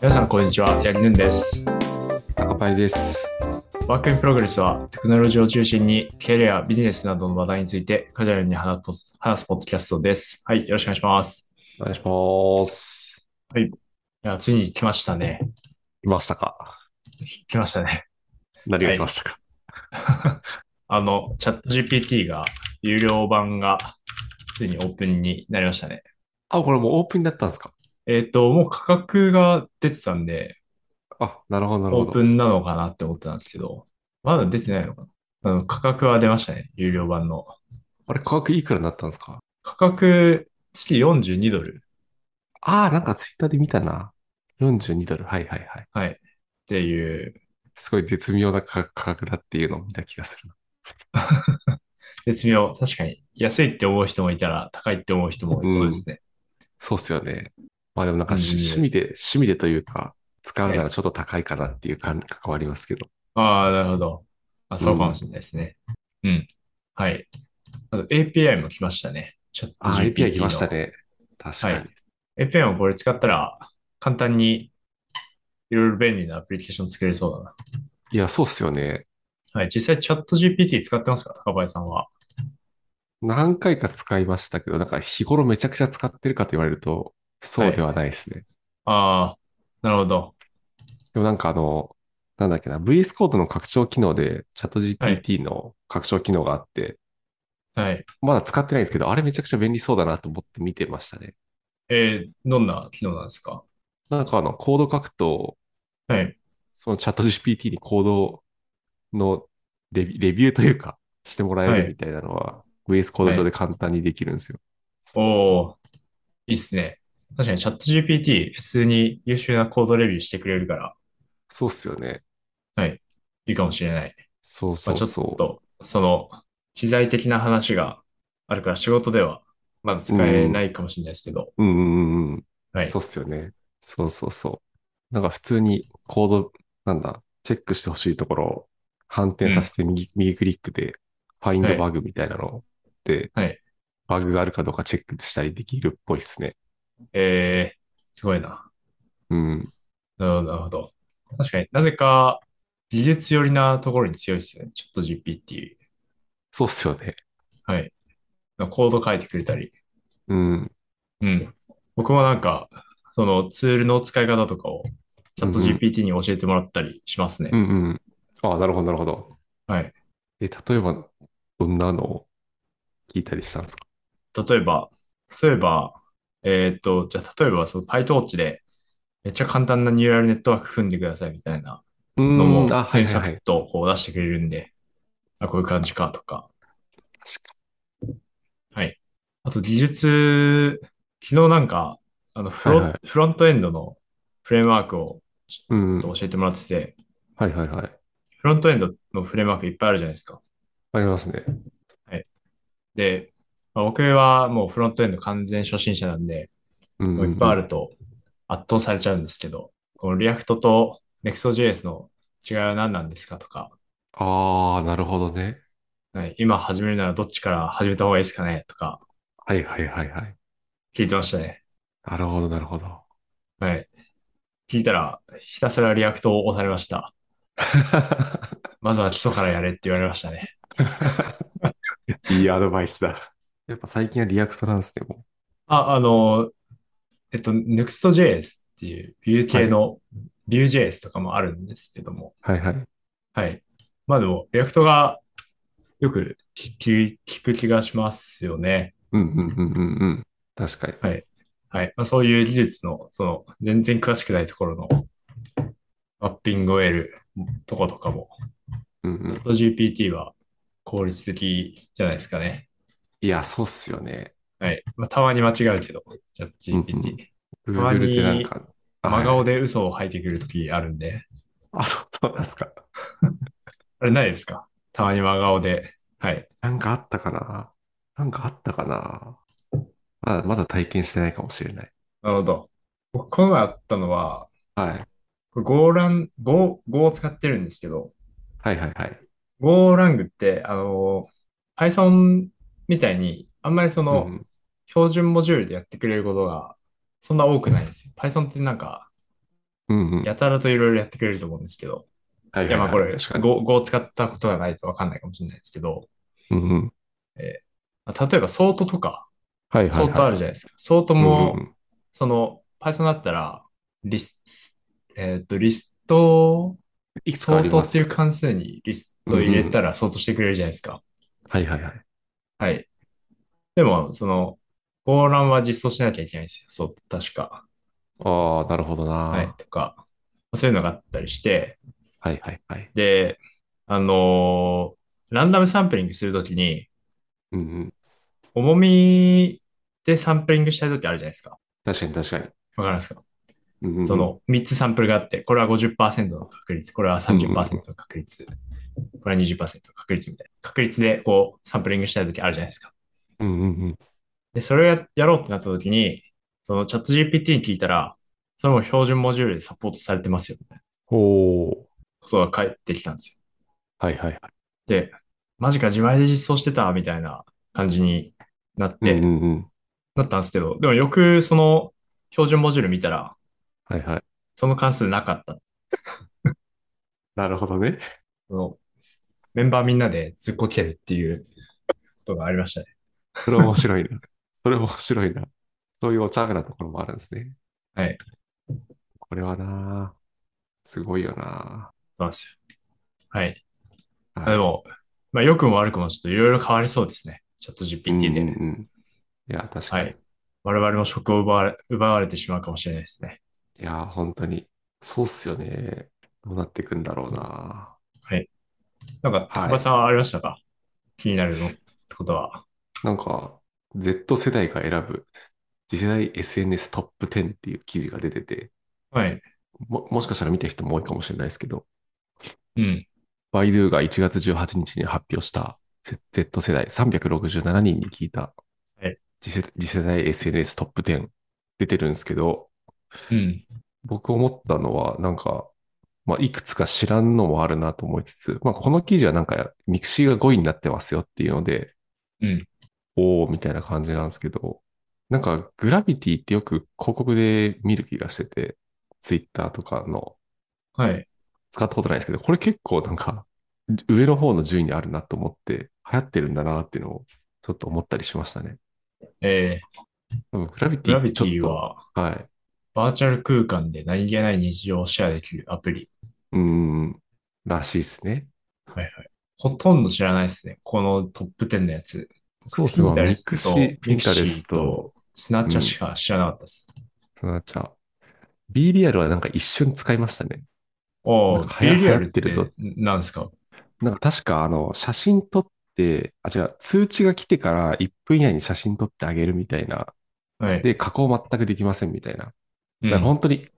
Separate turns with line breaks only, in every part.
皆さん、こんにちは。ヤギヌンです。
タカパイです。
ワークインプログレスは、テクノロジーを中心に、キャリア、ビジネスなどの話題について、カジュアルに話す話すポッドキャストです。はい、よろしくお願いします。
お願いします。
いや、ついに来ましたね。
いましたか
来ましたね。
何が来ましたか、
あの、チャット GPT が、有料版が、ついにオープンになりましたね。
あ、これもうオープンになったんですか
えっ、と、もう価格が出てたんで、
あ、なるほど、なる
オ
ほ
ー
ど。
プンなのかなって思ってたんですけど、まだ出てないのかなあの価格は出ましたね。有料版の。
あれ、価格いくらになったんですか
価格、月42ドル。
あー、なんかツイッターで見たな。42ドル。はいはいはい。
はい。っていう、
すごい絶妙な価価格だっていうのを見た気がするな。
絶妙。確かに。安いって思う人もいたら、高いって思う人もいそうですね。
そうっすよね。まあでもなんか
う
し
ん
趣味で、趣味でというか、使うならちょっと高いかなっていう感覚はありますけど。
ああ、なるほど。あ、そうかもしれないですね。うん。はい。あと API も来ましたね。チャット
あー、
GPT
API 来ました
の。
ね。確かに。
はい API もこれ使ったら、簡単に、いろいろ便利なアプリケーション作れそうだな。
いや、そうっすよね。
はい。実際チャット GPT 使ってますか高林さんは。
何回か使いましたけど、なんか日頃めちゃくちゃ使ってるかと言われると、そうではないですね。
ああ、なるほど。
でもなんかあの、なんだっけな、VS Code の拡張機能で、チャット GPT の拡張機能があって、
はい。
まだ使ってないんですけど、あれめちゃくちゃ便利そうだなと思って見てましたね。
えー、どんな機能なんですか
なんかあの、コード書くと、
はい。
そのチャット GPT にコードのレビレビューというか、してもらえ
はい
るみたいなのは、VS Code 上で簡単にできるんですよ。
おー、いいっすね。確かにチャット GPT 普通に優秀なコードレビューしてくれるから、
そうっすよね。
いいかもしれない。
そうそ
まあ、
う
ちょっ
そう。
と、その、知財的な話があるから仕事ではまだ使えないかもしれないですけど、
うんうんうんう
は
ん。
い
そうっすよね。そうそうそう。なんか普通にコード、なんだ、チェックしてほしいところを反転させて右、右クリックで、ファイン
は
ド
い
バグみたいなので、
はい
バグがあるかどうかチェックしたりできるっぽいっすね。
えー、すごいな。
うん。
なるほど、なるほど。確かになぜか技術寄りなところに強いですよね、チャット GPT。
そうっすよね。
はい。コード書いてくれたり。
うん。
うん。僕もなんか、そのツールの使い方とかをチャット GPT に教えてもらったりしますね
う。んうん。ああ、なるほど、なるほど。
はい。
え、例えば、どんなのを聞いたりしたんですか
例えば、そういえば、えーっと、じゃあ例えばその PyTorch でめっちゃ簡単なニューラルネットワーク組んでくださいみたいな
う
のも、
ん。あ、はい
サ
はい
ク
は
ッ
い。
とこう出してくれるんで、あ、こういう感じかとか。
確か
はい。あと技術、昨日なんか、あのフロ、
はいはい
フロントエンドのフレームワークをち
にうん。
ょっと教えてもらってて、
はいはいはい。
フロントエンドのフレームワークいっぱいあるじゃないですか。
ありますね。
で、まあ僕はもうフロントエンド完全初心者なんで、
うん
も
う
うんいっぱいあると圧倒されちゃうんですけど、このリアクトと Next.js の違いは何なんですかとか、
ああ、なるほどね。
はい、今始めるならどっちから始めた方がいいですかねとか
はいはいはいはい。
聞いてましたね。
なるほど、なるほど。
はい。聞いたら、ひたすらリアクトを押されました。まずは基礎からやれって言われましたね。
いいアドバイスだ。やっぱ最近はリアクトなんですね、も
あ、あの、えっと、Next.js っていうビュー系の、ビュー JS とかもあるんですけども、
う。はいはい。
はい。まあでも、リアクトがよく聞き、聞く気がしますよね。
うんうんうんうんうん。確かに。
はい。まあ、そういう技術の、その、全然詳しくないところのマッピングを得るとことかも、
うんうん。
GPT は効率的じゃないですかね。
いや、そうっすよね。
はい。まあ、たまに間違うけど、チャット
うんう
GPT。たまに
Google でなんか。あ
真顔で嘘を吐いてくるときあるんで、
あ、そうそうなんですか。
あれないですかたまに真顔で。はい。
なんかあったかななんかあったかなまだ、まだ体験してないかもしれない。
なるほど。僕、この前あったのは、
はい。
これ Go ラン、Go、Go を使ってるんですけど、
はいはいはい。
GoLang って、あの、Python みたいに、あんまりその、
うん
標準モジュールでやってくれることが、そんな多くないんですよ。Python ってなんか、
うんうん。
やたらといろいろやってくれると思うんですけど、
はい
いやまあこれ、
確かに。
Go, Go を使ったことがないとわかんないかもしれないですけど、
うんうん。
まあ例えばソートとか、
はいはい、はい。
ソートあるじゃないですか。ソートも
うんう、ん
その Python だったら、リス、えっと、リスト、
いくつか
ソ
あり
ート
ま
っ
す
ていう関数にリスト入れたらソートしてくれるじゃないですか。
はいはいはい。
はい。でも、その、ゴーランは実装しなきゃいけないんですよ。そう、確か。
ああ、なるほどな、
はい。とか、そういうのがあったりして、
はいはいはい。
で、あのーランダムサンプリングするときに、
うんうん。
重みでサンプリングしたいときあるじゃないですか。
確かに確かに。
わかりますか
うんうん、
そ、の3つサンプルがあって、これは50%の確率、これは30%の確率、これは20%の確率みたいな。確率でこうサンプリングしたいときあるじゃないですか。
うんうんうん。
で、それをややろうってなったときに、そのチャット GPT に聞いたら、それも標準モジュールでサポートされてますよ、みたいな
おー。
ことが返ってきたんです
はいはいはい。
よ。で、マジか自前で実装してた、みたいな感じになって、
うんうんうん。
なったんですけど、でもよくその標準モジュール見たら、
はいはい。
その関数なかった。
なるほどね。
そのメンバーみんなでずっこけるっていうことがありましたね。
それは面白い な。それは面白いな。そういうお茶目なところもあるんですね。
はい。
これはなすごいよな
そうなんですよ。はい。
はい
あでも、まあ、良くも悪くもちょっといろいろ変わりそうですね。チャット GPT で。
うんうんうんいや、確か
は
に。
い
い、。
我々も職を奪われ奪われてしまうかもしれないですね。
や、本当に。そうっすよね。どうなっていくんだろうな
なんか、高橋さんはありましたか、気になるのってことは。
なんか、Z 世代が選ぶ次世代 SNS トップ10っていう記事が出てて、
はい。
ももしかしたら見た人も多いかもしれないですけど、
うん。
バイドゥが1月18日に発表した Z, Z 世代367人に聞いた
はい
次世次世代 SNS トップ10出てるんですけど、
うん。
僕思ったのは、なんか、まあ、いくつか知らんのもあるなと思いつつ、まあ、この記事はなんか、ミクシーが5位になってますよっていうので、
うん。
おー、みたいな感じなんですけど、なんか、グラビティってよく広告で見る気がしてて、ツイッターとかの、
はい。
使ったことないですけど、これ結構なんか、上の方の順位にあるなと思って、流行ってるんだなっていうのを、ちょっと思ったりしましたね。
え
でもグラ
ー、
ビ
グ
ティ
ラ
って
ビテ
ちょっ
ィ
と、
は、
はい。
バーチャル空間で何気ない日常をシェアできるアプリ。
うーん、らしいですね。
はいはい。ほとんど知らないですね。このトップ10のやつ。
そうですね。
ミ
ミ
クシー
クシ
と
ー、
ミ
ミ
ク
ン
シ
タ
ーと
レスト、
スナッチャーしか知らなかったです。
そのちゃん。B リアルはなんか一瞬使いましたね。
お
なん
ー、
か
ビ
流行
リアルって
流行って
何ですか
なんか確かあの、写真撮って、あ、違う、通知が来てから1分以内に写真撮ってあげるみたいな。
はい。
で、加工全くできませんみたいな。
うん
だから本当に、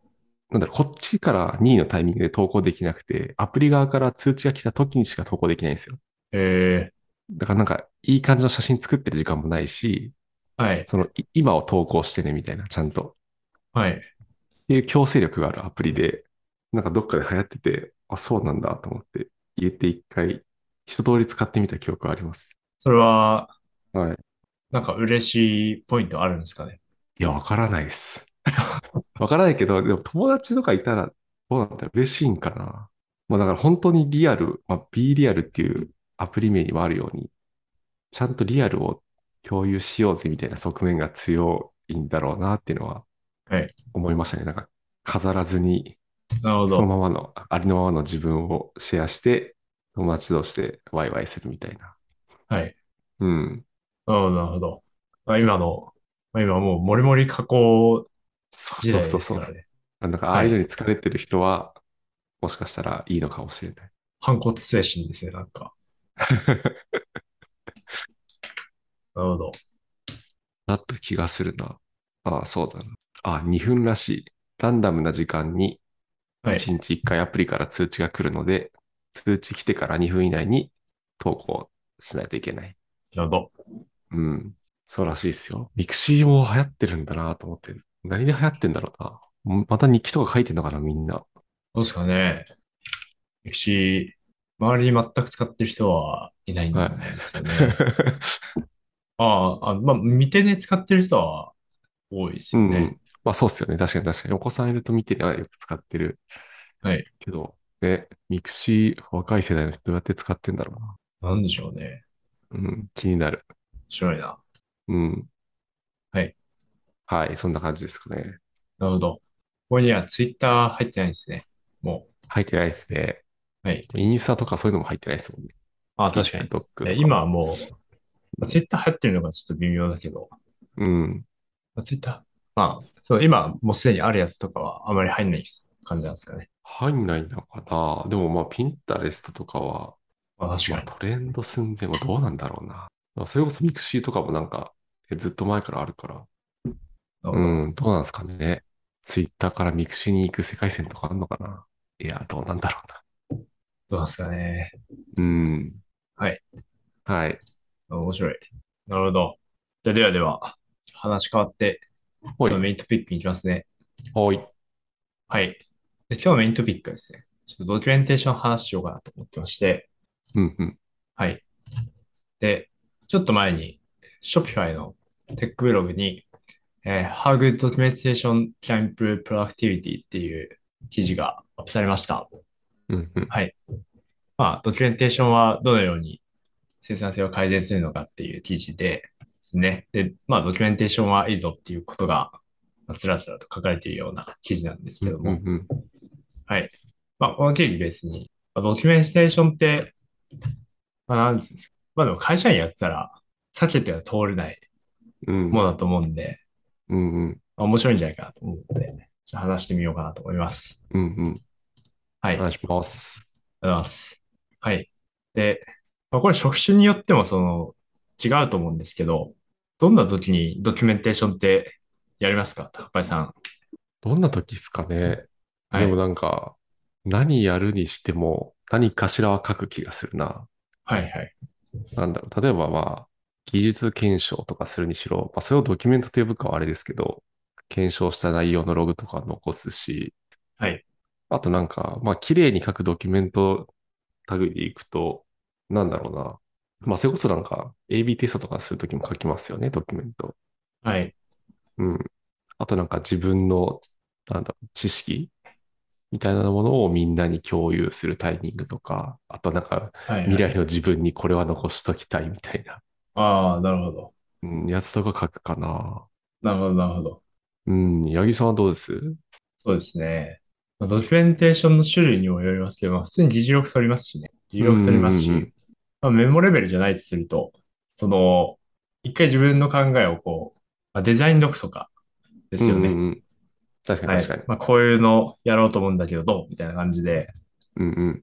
なんだろう、こっちから任意のタイミングで投稿できなくて、アプリ側から通知が来た時にしか投稿できないんですよ。
え
だからなんか、いい感じの写真作ってる時間もないし、
ー、はい。
その、い今を投稿してねみたいな、ちゃんと。
はい。
っていう強制力があるアプリで、なんかどっかで流行ってて、あ、そうなんだと思って入れて一回、一通り使ってみた記憶があります。
それは、
はい。
なんか嬉しいポイントあるんですかね。
いや、わからないです。 わからないけど、でも友達とかいたらどうなったら嬉しいんかな。まあだから本当にリアル、まあ B リアルっていうアプリ名にもあるように、ちゃんとリアルを共有しようぜみたいな側面が強いんだろうなっていうのは
はい
思いましたね。なんか飾らずに
なるほ
その
ど。
ままの、ありのままの自分をシェアして、友達同士でワイワイするみたいな。
はい。
うん。
なるほど、なるほど。まあ、今の、まあ、今もう、もりもり加工
そう
時
そ
代
う
で
そう
す
そ
から
う。
ね。
なんか、ああいうのに疲れてる人は、もしかしたらいいのかもしれない。
反骨精神ですね、なん か。なるほど。
だった気がするな。ああ、そうだな。ああ、2分らしい。ランダムな時間に、
はい。
1日1回アプリから通知が来るので、通知来てから2分以内に投稿しないといけない。
なるほど。
うん。そうらしいですよ。ミクシーも流行ってるんだなと思って。何で流行ってんだろうな。んまた日記とか書いてんのかな、みんな。
どうですかね。ミクシー、周りに全く使ってる人はいないんだと思うんですよ ね。 ああ、あまあ、見てね、使ってる人は多いです
う
よ
んう
ね。
ん。まあそうっすよね。確かに確かに。お子さんいると見てりゃよく使ってる。
はい。
けど、ね、ミクシー、若い世代の人どうやって使ってんだろ
なんでしょうね。
うな。うん、気になる。
面白いな。
うん。
はい。
はい、そんな感じですかね。
なるほど。ここにはツイッター入ってないんですね。も
入ってないですね。
う。はい。
インスタとかそういうのも入ってないですもんね。
あ、確かに。
TikTok とか
え今はもう、ツイッター流行ってるのがちょっと微妙だけど、
うん。
ツイッター、まあ、そう、今もうすでにあるやつとかはあまり入んない感じなんですかね。
入んないのかな。でもまあ、ピンタレストとかは、
まあ、確
ま
か
あ、
に。
トレンド寸前はどうなんだろうな。それこそミクシーとかもなんか、えずっと前からあるから。
なるほど
うん、どうなんですかね。ツイッターからミクシーに行く世界線とかあるのかな。いや、どうなんだろ
どうなんですかね。
うな。うん。
はい。
はい。
面白い。なるほど。じゃあではでは、話変わって、今
ほい
日のメイントピックに行きますね。
ほい。
はい。で今日のメイントピックはですね、ちょっとドキュメンテーションの話しようかなと思ってまして、
うんうん。
はい。で、ちょっと前に、Shopify のテックブログに、えー How Good Documentation Can Improve Productivity っていう記事がアップされました。
うんうん。
まあ、ドキュメンテーションはどのように生産性を改善するのかっていう記事でですね。で、まあ、ドキュメンテーションはいいぞっていうことが、まあつらつらと書かれているような記事なんですけど
うん
も、
うん。
はい。まあ、この記事ベースに、まあドキュメンテーションって、まあ、なんつうんですか。まあ、でも会社員やってたら、避けては通れない
うん。
ものだと思うんで、
うんうん。
まあ面白いんじゃないかなと思うので、ちょっと話してみようかなと思います。
うんうん。
はい。
お願いします。
ありがとうございます。はい。で、まあ、これ職種によってもその違うと思うんですけど、どんな時にドキュメンテーションってやりますか高橋さん。
どんな時ですかね。
は
で
い
も。なんか、何やるにしても、何かしらは書く気がするな。
はいはい。
なんだろう。例えばまあ、技術検証とかするにしろ、まあ、それをドキュメントと呼ぶかはあれですけど、検証した内容のログとか残すし、
はい。
あとなんか、まあ、綺麗に書くドキュメントタグでいくと、なんだろうな。まあ、それこそなんか、AB テストとかするときも書きますよね、ドキュメント。
はい。
うん。あとなんか自分の、なんだろう、知識みたいなものをみんなに共有するタイミングとか、あとなんか、
はい、はい。
未来の自分にこれは残しときたいみたいな、
ああ、なるほど。
うん、やつとか書くかな。
なるほど、なるほど。
うん、八木さんはどうです
そうですね。まあドキュメンテーションの種類にもよりますけど、まあ、普通に議事録取りますしね。議事録取りますし、
うんうんうん
まあ、メモレベルじゃないとすると、その、一回自分の考えをこう、まあ、デザイン読とかですよね。
うんうんうん確かに
はい
確かに。
まあ、こういうのやろうと思うんだけど、どうみたいな感じで、
うんうん。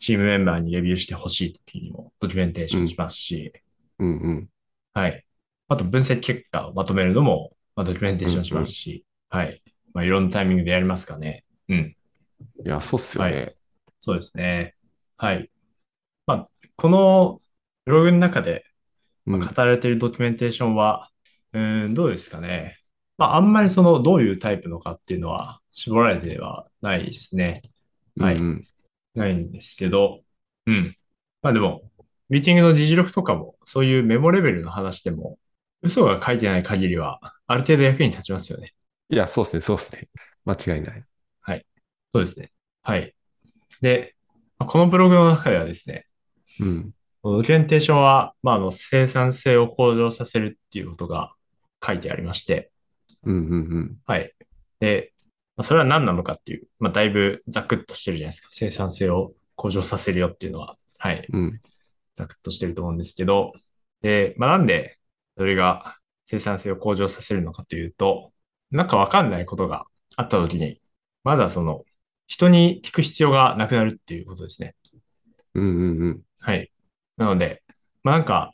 チームメンバーにレビューしてほしい時にもドキュメンテーションしますし、
うんうん。
はい。あと、分析結果をまとめるのも、まあ、ドキュメンテーションしますし、はい。まあ、いろんなタイミングでやりますかね。うん。
いや、そうっすよ
は
ね。
そうですね。はい。まあ、このブログの中で
うん
語られているドキュメンテーションは、うーん、どうですかね。まあ、あんまりその、どういうタイプのかっていうのは絞られてはないですね。はい
うんうん
ないんですけど、うん。まあでも、ミーティングの議事録とかも、そういうメモレベルの話でも、嘘が書いてない限りは、ある程度役に立ちますよね。
いや、そうっすね、そうっすね。間違いない。
そうですね。はい。で、まあこのブログの中ではですね、
うん。
ドキュメンテーションは、まあ、あの、生産性を向上させるっていうことが書いてありまして、
うんうん
はい。で、まあそれは何なのかっていう、まあ、だいぶざくっとしてるじゃないですか。生産性を向上させるよっていうのは。はい。
うん。うん。
ざくっとしてると思うんですけど、で、まあ、なんでそれが生産性を向上させるのかというと、なんかわかんないことがあった時に、まだその、人に聞く必要がなくなるっていうことですね。
うんうんうん。
はい。なので、まあ、なんか、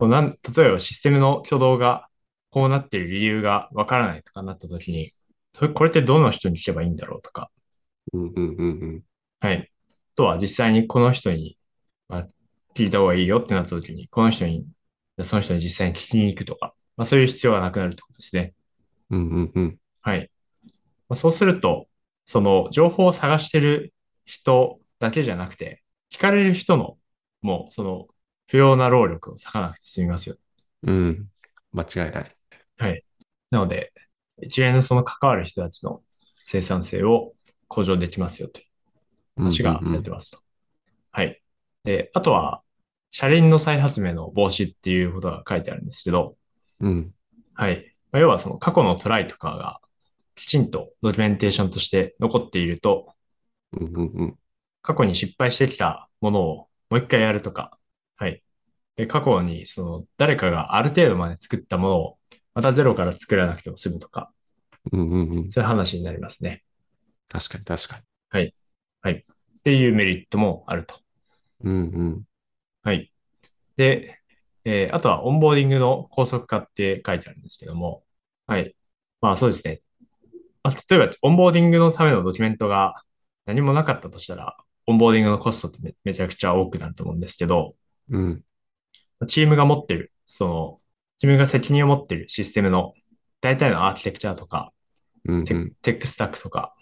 こうなん例えばシステムの挙動がこうなってる理由がわからないとかなった時に、それ、これってどの人に聞けばいいんだろうとか、
うんうんうんうん。
はい。あとは実際にこの人に、まあ、聞いた方がいいよってなった時に、この人に、じゃあその人に実際に聞きに行くとか、まあ、そういう必要がなくなるってことですね。
うんうんうん。
はい。まあ、そうすると、その情報を探してる人だけじゃなくて、聞かれる人の、もうその不要な労力を割かなくて済みますよ。
うん。間違いない。
なので、一連のその関わる人たちの生産性を向上できますよという話がされてますと。はい。で、あとは、車輪の再発明の防止っていうことが書いてあるんですけど、
うんうん
はい。まあ要はその過去のトライとかがきちんとドキュメンテーションとして残っていると、
うんうんうん
過去に失敗してきたものをもう一回やるとか、はい。で、過去にその誰かがある程度まで作ったものをまたゼロから作らなくても済むとか、
うんうんうん。
そういう話になりますね。
確かに確か
っていうメリットもあると。
に。うんうん。
はい。で、えーあとはオンボーディングの高速化って書いてあるんですけども、はい。まあそうですね。まあ、例えば、オンボーディングのためのドキュメントが何もなかったとしたら、オンボーディングのコストってめめちゃくちゃ多くなると思うんですけど、
うん
チームが持ってる、その、自分が責任を持ってるシステムの大体のアーキテクチャとか、
うん
テ
うん。
テックスタックとか、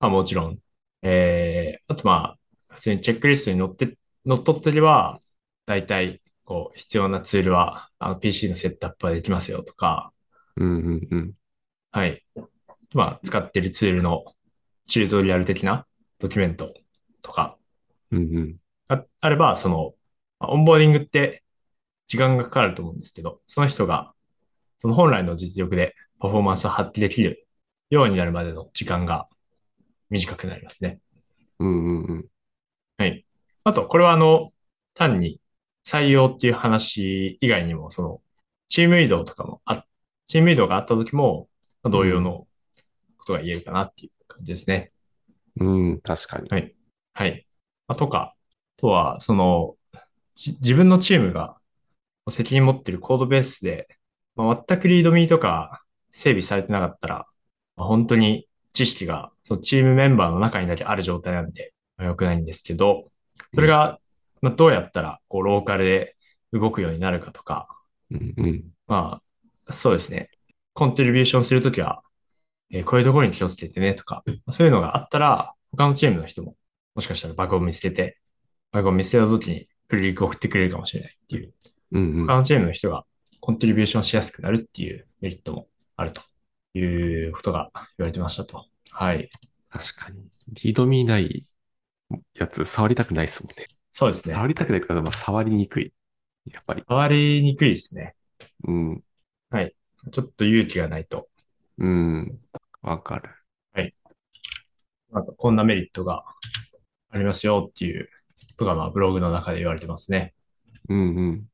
まあもちろん、えー、あとまあ、普通にチェックリストに載って、載っとってれば、大体、こう、必要なツールは、あの、PC のセットアップはできますよとか、
うんうんうん。
はい。まあ、使ってるツールのチュートリアル的なドキュメントとか、
うんうん。
ああれば、その、まあオンボーディングって時間がかかると思うんですけど、その人が、その本来の実力でパフォーマンスを発揮できるようになるまでの時間が短くなりますね。
うんうんうん。
はい。あと、これはあの、単に採用っていう話以外にも、その、チーム移動とかもあ、チーム移動があった時も、まあ同様のことが言えるかなっていう感じですね。
うん、確かに。
はい。まあ、とか、あとは、その、じ自分のチームが責任持ってるコードベースで、まあ、全くリードミーとか整備されてなかったら、まあ、本当に知識がそのチームメンバーの中にだけある状態なんで、まあ、良くないんですけど、それが、まあ、どうやったらこうローカルで動くようになるかとか、
うんうん。
まあ、そうですね。コントリビューションするときは、えーこういうところに気をつけてねとか、そういうのがあったら、他のチームの人も、もしかしたらバグを見つけて、バグを見つけたときに、プリリクを送ってくれるかもしれないっていう、
うんうん
他のチームの人がコントリビューションしやすくなるっていうメリットもあるということが言われてましたと。はい。
確かに。リードミーないやつ、触りたくないですもんね。
そうですね。
触りたくないとか、まあ、触りにくい。やっぱり。
触りにくいですね。
うん。
ちょっと勇気がないと。
うん。わかる。
なんかこんなメリットがありますよっていうことが、まあ、ブログの中で言われてますね。
うんうん。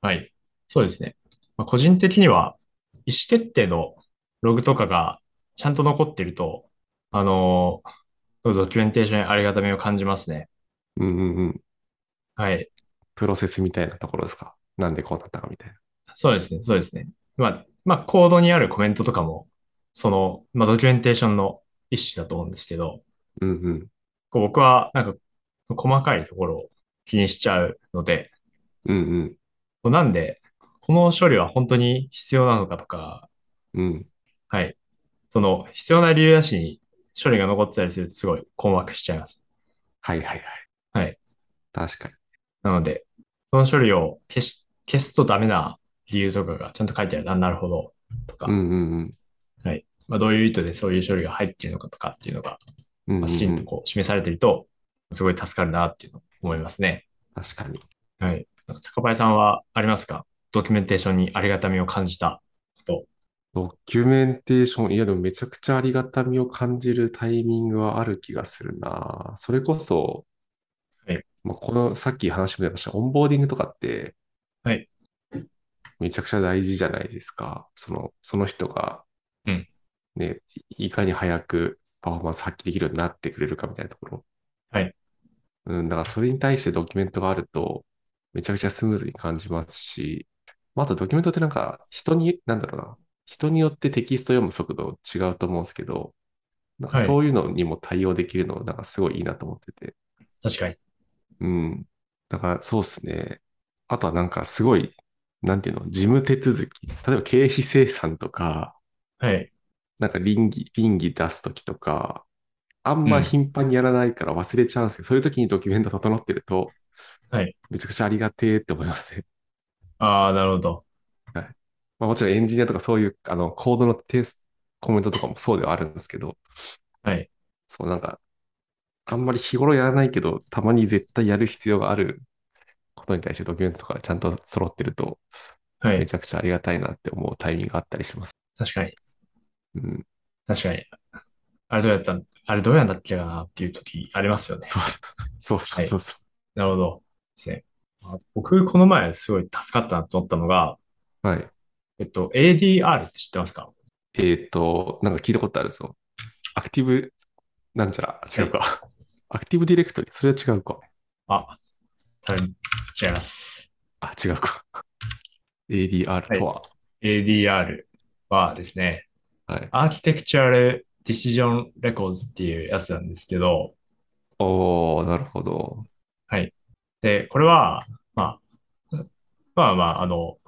はい。そうですね。まあ、個人的には、意思決定のログとかがちゃんと残ってると、あのードキュメンテーションにありがたみを感じますね。
うんうんうん。
はい。
プロセスみたいなところですか。なんでこうなったかみたいな。
そうですね。そうですね。まあ、まあ、コードにあるコメントとかも、その、まあ、ドキュメンテーションの一種だと思うんですけど、
うんうん。
こう僕は、なんか、細かいところを気にしちゃうので、
うん
こうなんで、この処理は本当に必要なのかとか、
うん。うん。
はい。その、必要な理由なしに処理が残ってたりするとすごい困惑しちゃいます。
はいはいはい。
はい。
確かに。
なので、その処理を消し、消すとダメな理由とかがちゃんと書いてある。あなるほど。とか、
うんうんうん。
まあ、どういう意図でそういう処理が入っているのかとかっていうのが、
うん
ま
う
あき
ん
ちんとこう示されていると、すごい助かるなっていうのを思いますね。
確かに。
はい。なんか高林さんはありますかドキュメンテーションにありがたみを感じたこと。
ドキュメンテーション、いやでもめちゃくちゃありがたみを感じるタイミングはある気がするな。それこそ、
はい
まあ、このさっき話も出ました、オンボーディングとかって、
はい
めちゃくちゃ大事じゃないですか。その、その人が、
うん
ね、いかに早くパフォーマンス発揮できるようになってくれるかみたいなところ。
はい
うん、だからそれに対してドキュメントがあると、めちゃくちゃスムーズに感じますし、まああとドキュメントってなんか人に、なんだろうな、人によってテキスト読む速度違うと思うんですけど、なんか
はい
そういうのにも対応できるの、なんかすごいいいなと思ってて。
確かに。
うん。だからそうですね。あとはなんかすごい、なんていうの、事務手続き。例えば経費精算とか、
はい。
なんか倫理、倫理出すときとか、あん
う
ま
ん
頻繁にやらないから忘れちゃうんですけど、そういう時にドキュメント整ってると、
はい
めちゃくちゃありがてえって思いますね。
ああ、なるほど。
まあ、もちろんエンジニアとかそういうあのコードのテスコメントとかもそうではあるんですけど、
はい。
そうなんか、あんまり日頃やらないけど、たまに絶対やる必要があることに対してドキュメントとかちゃんと揃ってると、
は
め
い。
ちゃくちゃありがたいなって思うタイミングがあったりします。
確かに。
うん。
確かに。あれどうやったんあれどうやんだっけかなっていう時ありますよね。
そうそうそうそうそう。
なるほど。ですね。あ僕、この前すごい助かったなと思ったのが、
はい。
えっと、ADR って知ってますか
えーっと、なんか聞いたことあるぞ。アクティブ、なんちゃら、違うか。アクティブディレクトリ、それは違うか。
あ、多分違います。
あ、違う か。ADR とは。
ADR はですね、
はい。
アーキテクチャルディシジョンレコーズっていうやつなんですけど、
おー、なるほど。
で、これは、まあ、まあまあ、あの、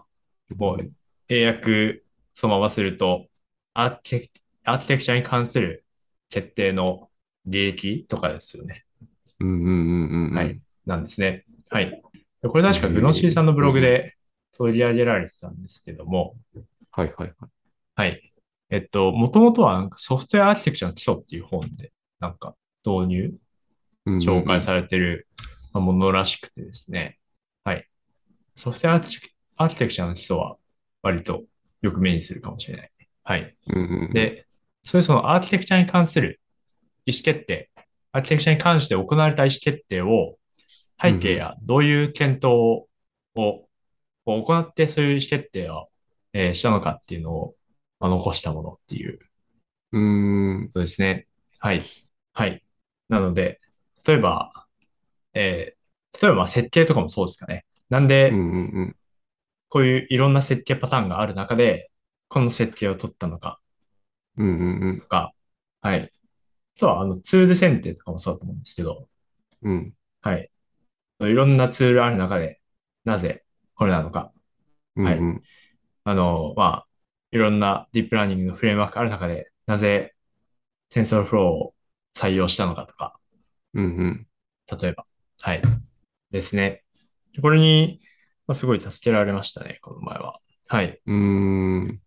もう英訳そのまますると、アーキテクアーキテクチャに関する決定の利益とかですよね。
うんうんうんうんうん。
はい。なんですね。はい。でこれ確かグノシーさんのブログで取り上げられてたんですけども、
はいはいはい。
はい。えっと、もともとはなんかソフトウェアアーキテクチャの基礎っていう本で、なんか導入、
うんうんうん
紹介されてるまあものらしくてですね。はい。ソフトウェアアーキテクアーキテクチャの基礎は割とよく目にするかもしれない。はい。
うんうんうん、
で、それそのアーキテクチャに関する意思決定、アーキテクチャに関して行われた意思決定を背景やどういう検討をを行ってそういう意思決定を、えーしたのかっていうのを、まあ、残したものっていう
うーん。
そうですね。はい。はい。なので、例えば、えー例えばまあ設計とかもそうですかね。なん
うんう
で、
んうん。
こういういろんな設計パターンがある中で、この設計を取ったのか
うんうんうん
とか、はい。あとは、あの、ツール選定とかもそうだと思うんですけど、
うん。
はい。いろんなツールある中で、なぜこれなのか。
うん。
はい
うん
あの、まあ、いろんなディープラーニングのフレームワークある中で、なぜ TensorFlow を採用したのかとか、
うん。
例えば。はい。ですね。これに、まあ、すごい助けられましたね、この前は。はい。
うん。うーん。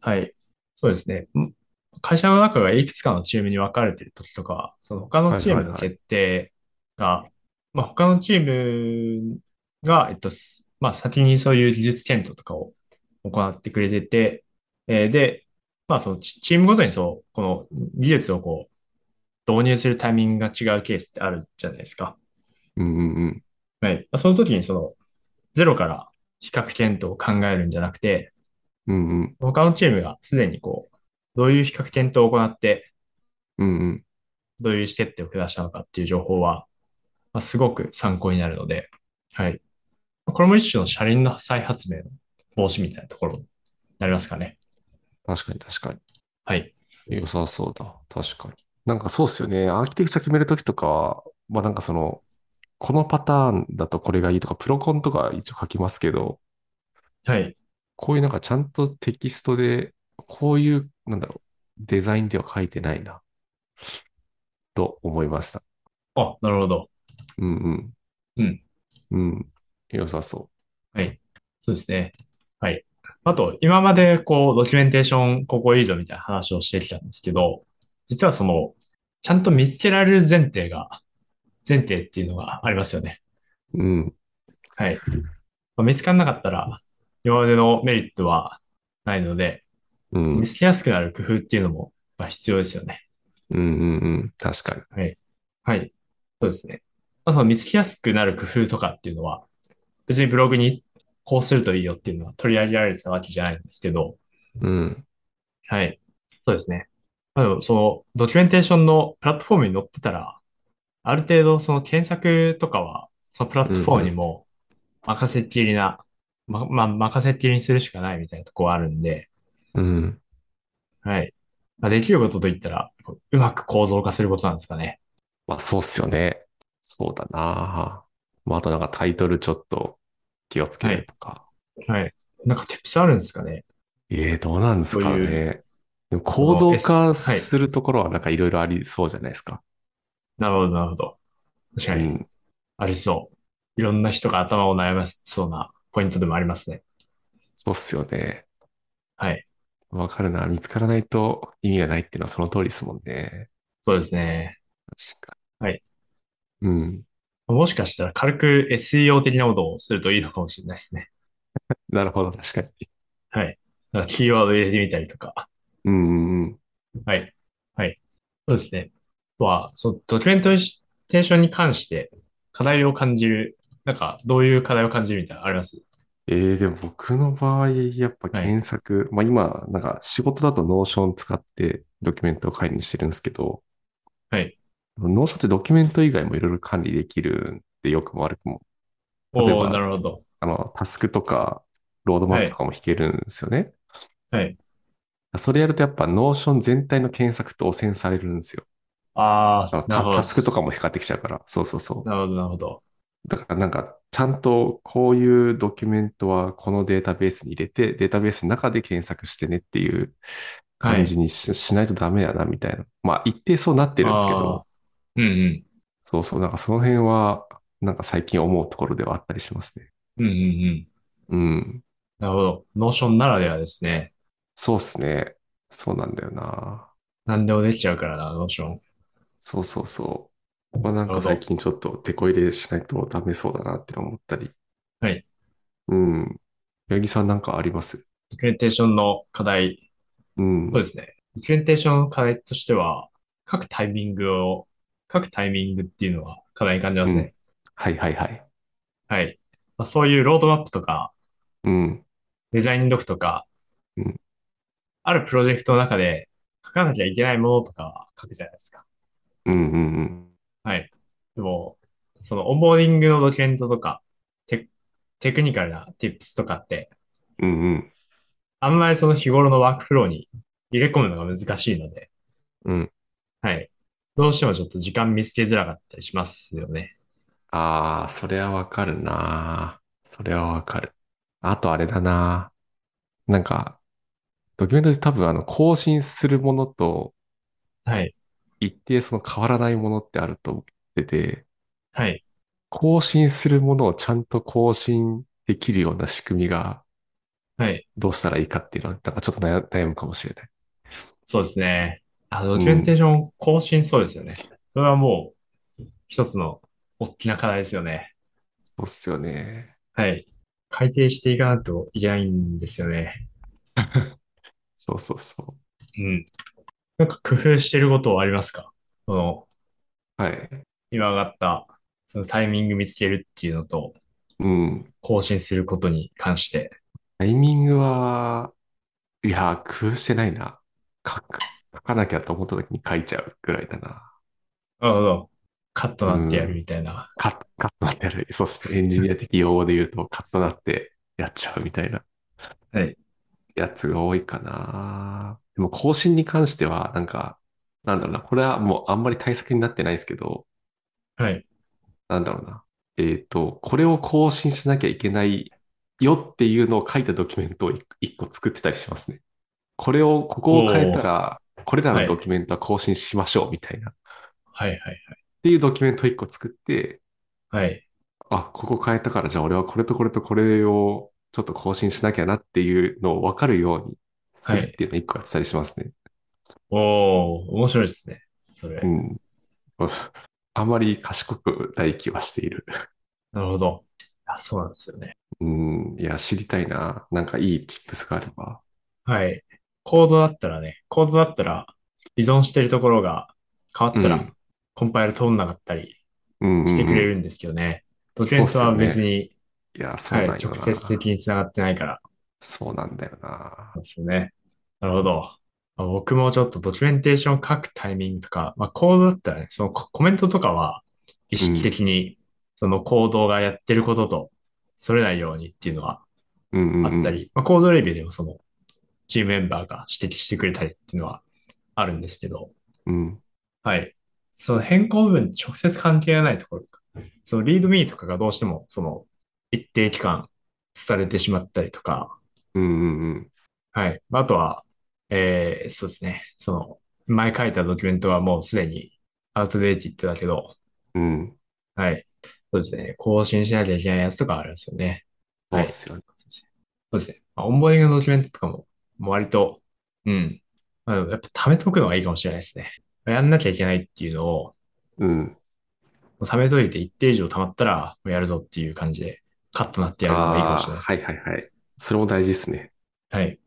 はい。そうですね。ん会社の中がいくつかのチームに分かれてる時とかは、その他のチームの
はいはいはい
決定が、まあ、他のチームが、えっと、すまあ、先にそういう技術検討とかを行ってくれてて、えーで、まあ、そのチチームごとにそう、この技術をこう、導入するタイミングが違うケースってあるじゃないですか。
うんうんうん。
はい。まあその時にその、ゼロから比較検討を考えるんじゃなくて、
うんうん。
他のチームがすでにこう、どういう比較検討を行って、
うんうん。
どういう意思決定を下したのかっていう情報は、まあ、すごく参考になるので、はい。これも一種の車輪の再発明の防止みたいなところになりますかね。
確かに確かに。
はい。
良さそうだ。確かに。なんかそうっすよね。アーキテクチャ決めるときとかは、まあなんかその、このパターンだとこれがいいとか、プロコンとか一応書きますけど、
はい。
こういうなんかちゃんとテキストで、こういう、なんだろう、デザインでは書いてないな、と思いました。
あ、なるほど。
うん
う
うん。
ん。
うん。良さそ
はい。そうですね。はい。あと、今までこう、ドキュメンテーション、ここいいぞみたいな話をしてきたんですけど、実はその、ちゃんと見つけられる前提が、前提っていうのがありますよね。
う。うん。
はい。まあ見つからなかったら、今までのメリットはないので、
うん。うん
見つけやすくなる工夫っていうのも、まあ、必要ですよね。
うんうん。確かに。
はい。そうですね。まあ、その見つけやすくなる工夫とかっていうのは、別にブログにこうするといいよっていうのは取り上げられたわけじゃないんですけど、
うん。
はい。そうですね。あの、その、ドキュメンテーションのプラットフォームに載ってたら、ある程度、その検索とかは、そのプラットフォームにも、任せっきりな、ま、まあ、任せっきりにするしかないみたいなとこはあるんで、
うん。
はい。まあ、できることといったら、こううまく構造化することなんですかね。
まあそうっすよね。そうだな。まああとなんかタイトルちょっと気をつけるとか。
はい。なんか、テプスあるんですかね。
ええどうなんですか
そうい
ね。でも構造化
この S
するところはなんかいろいろありそうじゃないですか。
なるほど、なるほど。確か
う
に、
ん。
ありそう。いろんな人が頭を悩ませそうなポイントでもありますね。
そうっすよね。
はい。
わかるな。見つからないと意味がないっていうのはその通りですもんね。
そうですね。
確かに。
はい。
うん。
もしかしたら軽く SEO 的なことをするといいのかもしれないですね。
なるほど。確かに。
はい。だからキーワード入れてみたりとか。
うんうん
はい。はい。そうですね。あとは、そのドキュメンテーションに関して課題を感じる、なんかどういう課題を感じるみたいなのあります
えー、でも僕の場合、やっぱ検索、まあ今、なんか仕事だとノーション使ってドキュメントを管理してるんですけど、
はい。
ノーションってドキュメント以外もいろいろ管理できるんで、良くも悪くも。
お
例えば
ー、なるほど。
あの、タスクとか、ロードマップとかも引けるんですよね。
はい。
それやるとやっぱノーション全体の検索と汚染されるんですよ。
あ
あ
あ
の、
なる
タ
ほど。
タスクとかも光ってきちゃうから。そうそうそう。
なるほど、なるほど。
だからなんか、ちゃんとこういうドキュメントはこのデータベースに入れて、データベースの中で検索してねっていう感じにし,、ないとダメやなみたいな。まあ、一定そうなってるんですけど、
あー。うん
そうそう、なんかその辺は、なんか最近思うところではあったりしますね。
うん。うんうんうん。
うん。
なるほど。ノーションならではですね。
そうっすね。そうなんだよな。
何でもできちゃうからな、ノーション。
そうそうそう。まあ、なん
なるほ
か
ど
最近ちょっと手こ入れしないとダメそうだなって思ったり。
はい。
うん。八木さんなんかあります
ドキュメンテーションの課題。
うん。
そうですね。ドキュメンテーションの課題としては、各タイミングを、各タイミングっていうのは課題に感じますね。
はいはいはい。
はい。まあ、そういうロードマップとか、
うん。
デザインドクとか、
うん
あるプロジェクトの中で書かなきゃいけないものとか書くじゃないですか。
うんうんうん。
はい。でも、そのオンボーディングのドキュメントとか、テテクニカルな tips とかって、
うんうん。
あんまりその日頃のワークフローに入れ込むのが難しいので、
うん。
はい。どうしてもちょっと時間見つけづらかったりしますよね。
ああ、それはわかるな。それはわかる。あとあれだな。なんか、ドキュメントで多分あの、更新するものと、
はい。
一定その変わらないものってあると思ってて、
はい。
更新するものをちゃんと更新できるような仕組みが
はい。
どうしたらいいかっていうのは、なんかちょっと悩悩むかもしれない。
そうですね。あの、ドキュメンテーション更新そうですよね。それはもう、一つの大きな課題ですよね。
そうっすよね。
はい。改定していかないといけないんですよね。
そうそうそ
うん。なんか工夫してることはありますかその、
う。はい。
今上がった、そのタイミング見つけるっていうのと、
うん。
更新することに関して。
タイミングは、いやー、工夫してないな。書く、書かなきゃと思った時に書いちゃうぐらいだな。
なるほど。カットなってやるみたいな。
カット、カットなってやる。そうですね。エンジニア的用語で言うと、カットなってやっちゃうみたいな。
はい。
やつが多いかな。でも、更新に関しては、なんか、なんだろうな。これはもうあんまり対策になってないですけど、
はい。
なんだろうな。えっと、これを更新しなきゃいけないよっていうのを書いたドキュメントを1個作ってたりしますね。これを、ここを変えたら、これら
は
の
い
ドキュメントは更新しましょうみたいな。っ
はいはい
ていうドキュメントを1個作って、
はい。はい。
あ、ここ変えたから、じゃあ俺はこれとこれとこれをちょっと更新しなきゃなっていうのを分かるようにするっていうのを1個やってたりしますね。
おー、面白いですね。それ。
うん。あんまり賢くない気はしている。
なるほど。あ、そうなんですよね。
うん。いや、知りたいな。なんかいいチップスがあれば。
はい。コードだったらね、コードだったら依存してるところが変わった
うん
らコンパイル通んなかったり
し
してくれ
る。
るんですけどね。ドキュメントは別に、
いや、そう
は
なん
い、
よな。
直接的に繋がってないから
そうなんだよな。
なんですよね。なるほど。まあ僕もちょっとドキュメンテーション書くタイミングとか、まあ、コードだったらね、そのココメントとかは意識的にそのコードがやってることとそれないようにっていうのは
うんうんうん
あった。り、まあ、コードレビューでもそのチームメンバーが指摘してくれたりっていうのはあるんですけど、
うん。
はい。その変更部分に直接関係がないところとか、そのリードミーとかがどうしてもその一定期間されてしまったりとか、
うんうんうん。
はい。あとは、えー、そうですね。その前書いたドキュメントはもうすでにアウトデーティッドだけど、
うん。
はい。そうですね。更新しなきゃいけないやつとかあるんですよね。
そうっすよね。
そうですね。まあ、オンボーディングのドキュメントとかも、もう割とうん。まあやっぱ貯めとくのがいいかもしれないですね。やんなきゃいけないっていうのを、も
うん。
う貯めといて一定以上貯まったら、もうやるぞっていう感じで、カッとなってやるのがいいかもしれない
あ
で
ー
す
はいはいはい。それも大事ですね。
はい。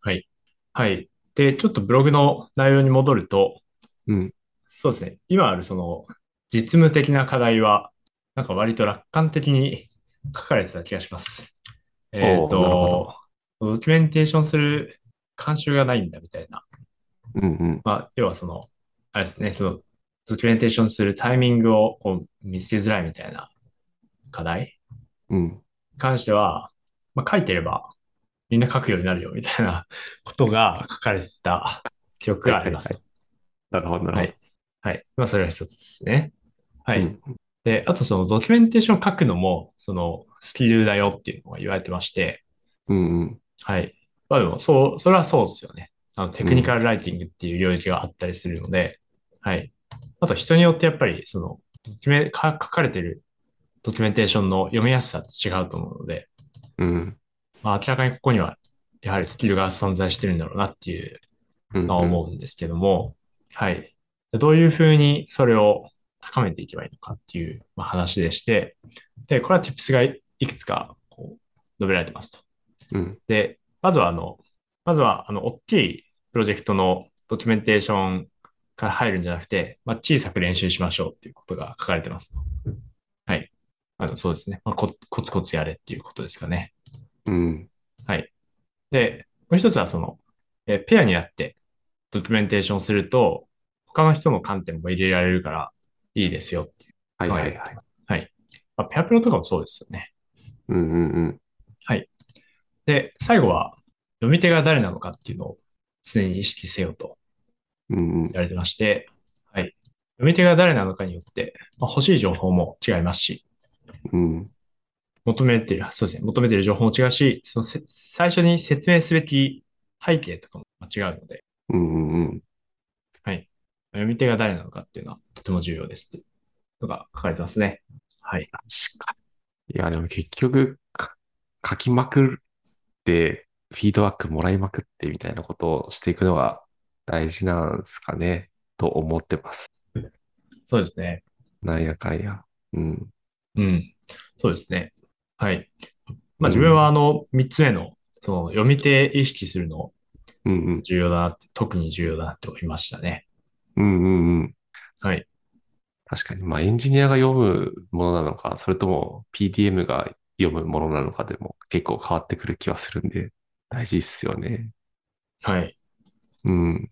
はい。はい。で、ちょっとブログの内容に戻ると、
うん。
そうですね。今あるその実務的な課題は、なんか割と楽観的に書かれてた気がします。えっ
おーなる
と、ドキュメンテーションする慣習がないんだみたいな。
うんうん。
まあ、要はその、あれですね、その、ドキュメンテーションするタイミングをこう見せづらいみたいな課題
うん。
関しては、まあ、書いてればみんな書くようになるよみたいな ことが書かれてた記憶がありますと。
なるほど、なるほど。
はいはい。まあ、それが一つですね。は。
はいうん
で、あとそのドキュメンテーション書くのも、そのスキルだよっていうのが言われてまして、
うんうん。
はい。まあでも、そう、それはそうですよね。あの、テクニカルライティングっていう領域があったりするので、はい。あと人によってやっぱり、その、ドキュメか書かれてるドキュメンテーションの読みやすさって違うと思うので、
うん。
まあ、明らかにここには、やはりスキルが存在してるんだろうなっていう
うん。
のは思うんですけども、はい。どういうふうにそれを高めていけばいいのかっていうまあ話でして、で、これは tips がいくつか、こう、述べられてますと。
うん。
で、まずはあの、まずはあの、大きいプロジェクトのドキュメンテーションから入るんじゃなくて、まあ、小さく練習しましょうっていうことが書かれてますと。はい。あの、そうですね。まあ、ココツコツやれっていうことですかね。
うん。
で、もう一つはその、えーペアになってドキュメンテーションすると、他の人の観点も入れられるからいいですよっていう。
はいはいはい。
はい。まあ、ペアプロとかもそうですよね。
うんうんうん。
で、最後は、読み手が誰なのかっていうのを常に意識せよと
うんうん。
言われてまして、はい。読み手が誰なのかによって、まあ、欲しい情報も違いますし、
うん。
求めてる、そうですね、求めてる情報も違うし、そのせ最初に説明すべき背景とかも違うので、
うんうんうん。
読み手が誰なのかっていうのはとても重要ですっていうのが書かれてますね。はい。
確かに。いや、でも結局、か書きまくって、フィードバックもらいまくってみたいなことをしていくのが大事なんですかね、と思ってます。
そうですね。
なんやかんや。うん。
うん。そうですね。はい。まあ自分はあの、三つ目の、その読み手意識するの
うんうん。
重要だなって、特に重要だなって思いましたね。
うんうんうん。
はい。
確かに。まあ、エンジニアが読むものなのか、それとも PDM が読むものなのかでも結構変わってくる気はするんで、大事っすよね。
はい。
うん。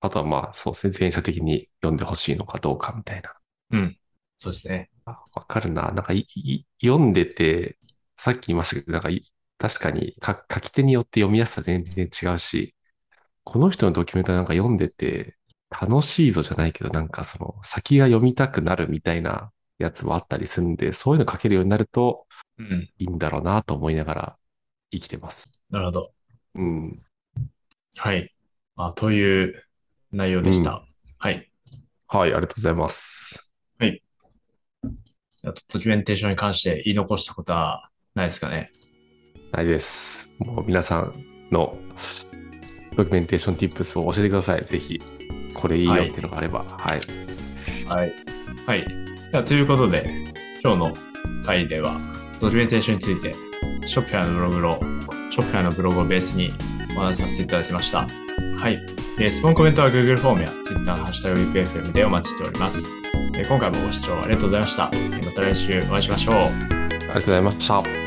あとはまあ、そうですね。前者的に読んでほしいのかどうかみたいな。
うん。そうですね。
あわかるな。なんかいい読んでて、さっき言いましたけど、なんかい確かにか書き手によって読みやすさ全然違うし、この人のドキュメントなんか読んでて楽しいぞじゃないけど、なんかその先が読みたくなるみたいなやつもあったりするんで、そういうの書けるようになると
うん。
いいんだろうなと思いながら生きてます。
なるほど。
うん。
はい。まあ、という内容でした。はい。
はい、ありがとうございます。
あと、ドキュメンテーションに関して言い残したことはないですかね。
ないです。もう皆さんのドキュメンテーション Tips を教えてください。ぜひ、これいいよっていうのがあれば。はい
はい。はい。ではということで、今日の回では、ドキュメンテーションについて、ショッピファイのブログを、ショッピファイのブログをベースにお話しさせていただきました。はい。えー質問、コメントは Google フォームや Twitter のハッシュタグ UPFM でお待ちしております。えー今回もご視聴ありがとうございました。えーまた来週お会いしましょう。
ありがとうございました。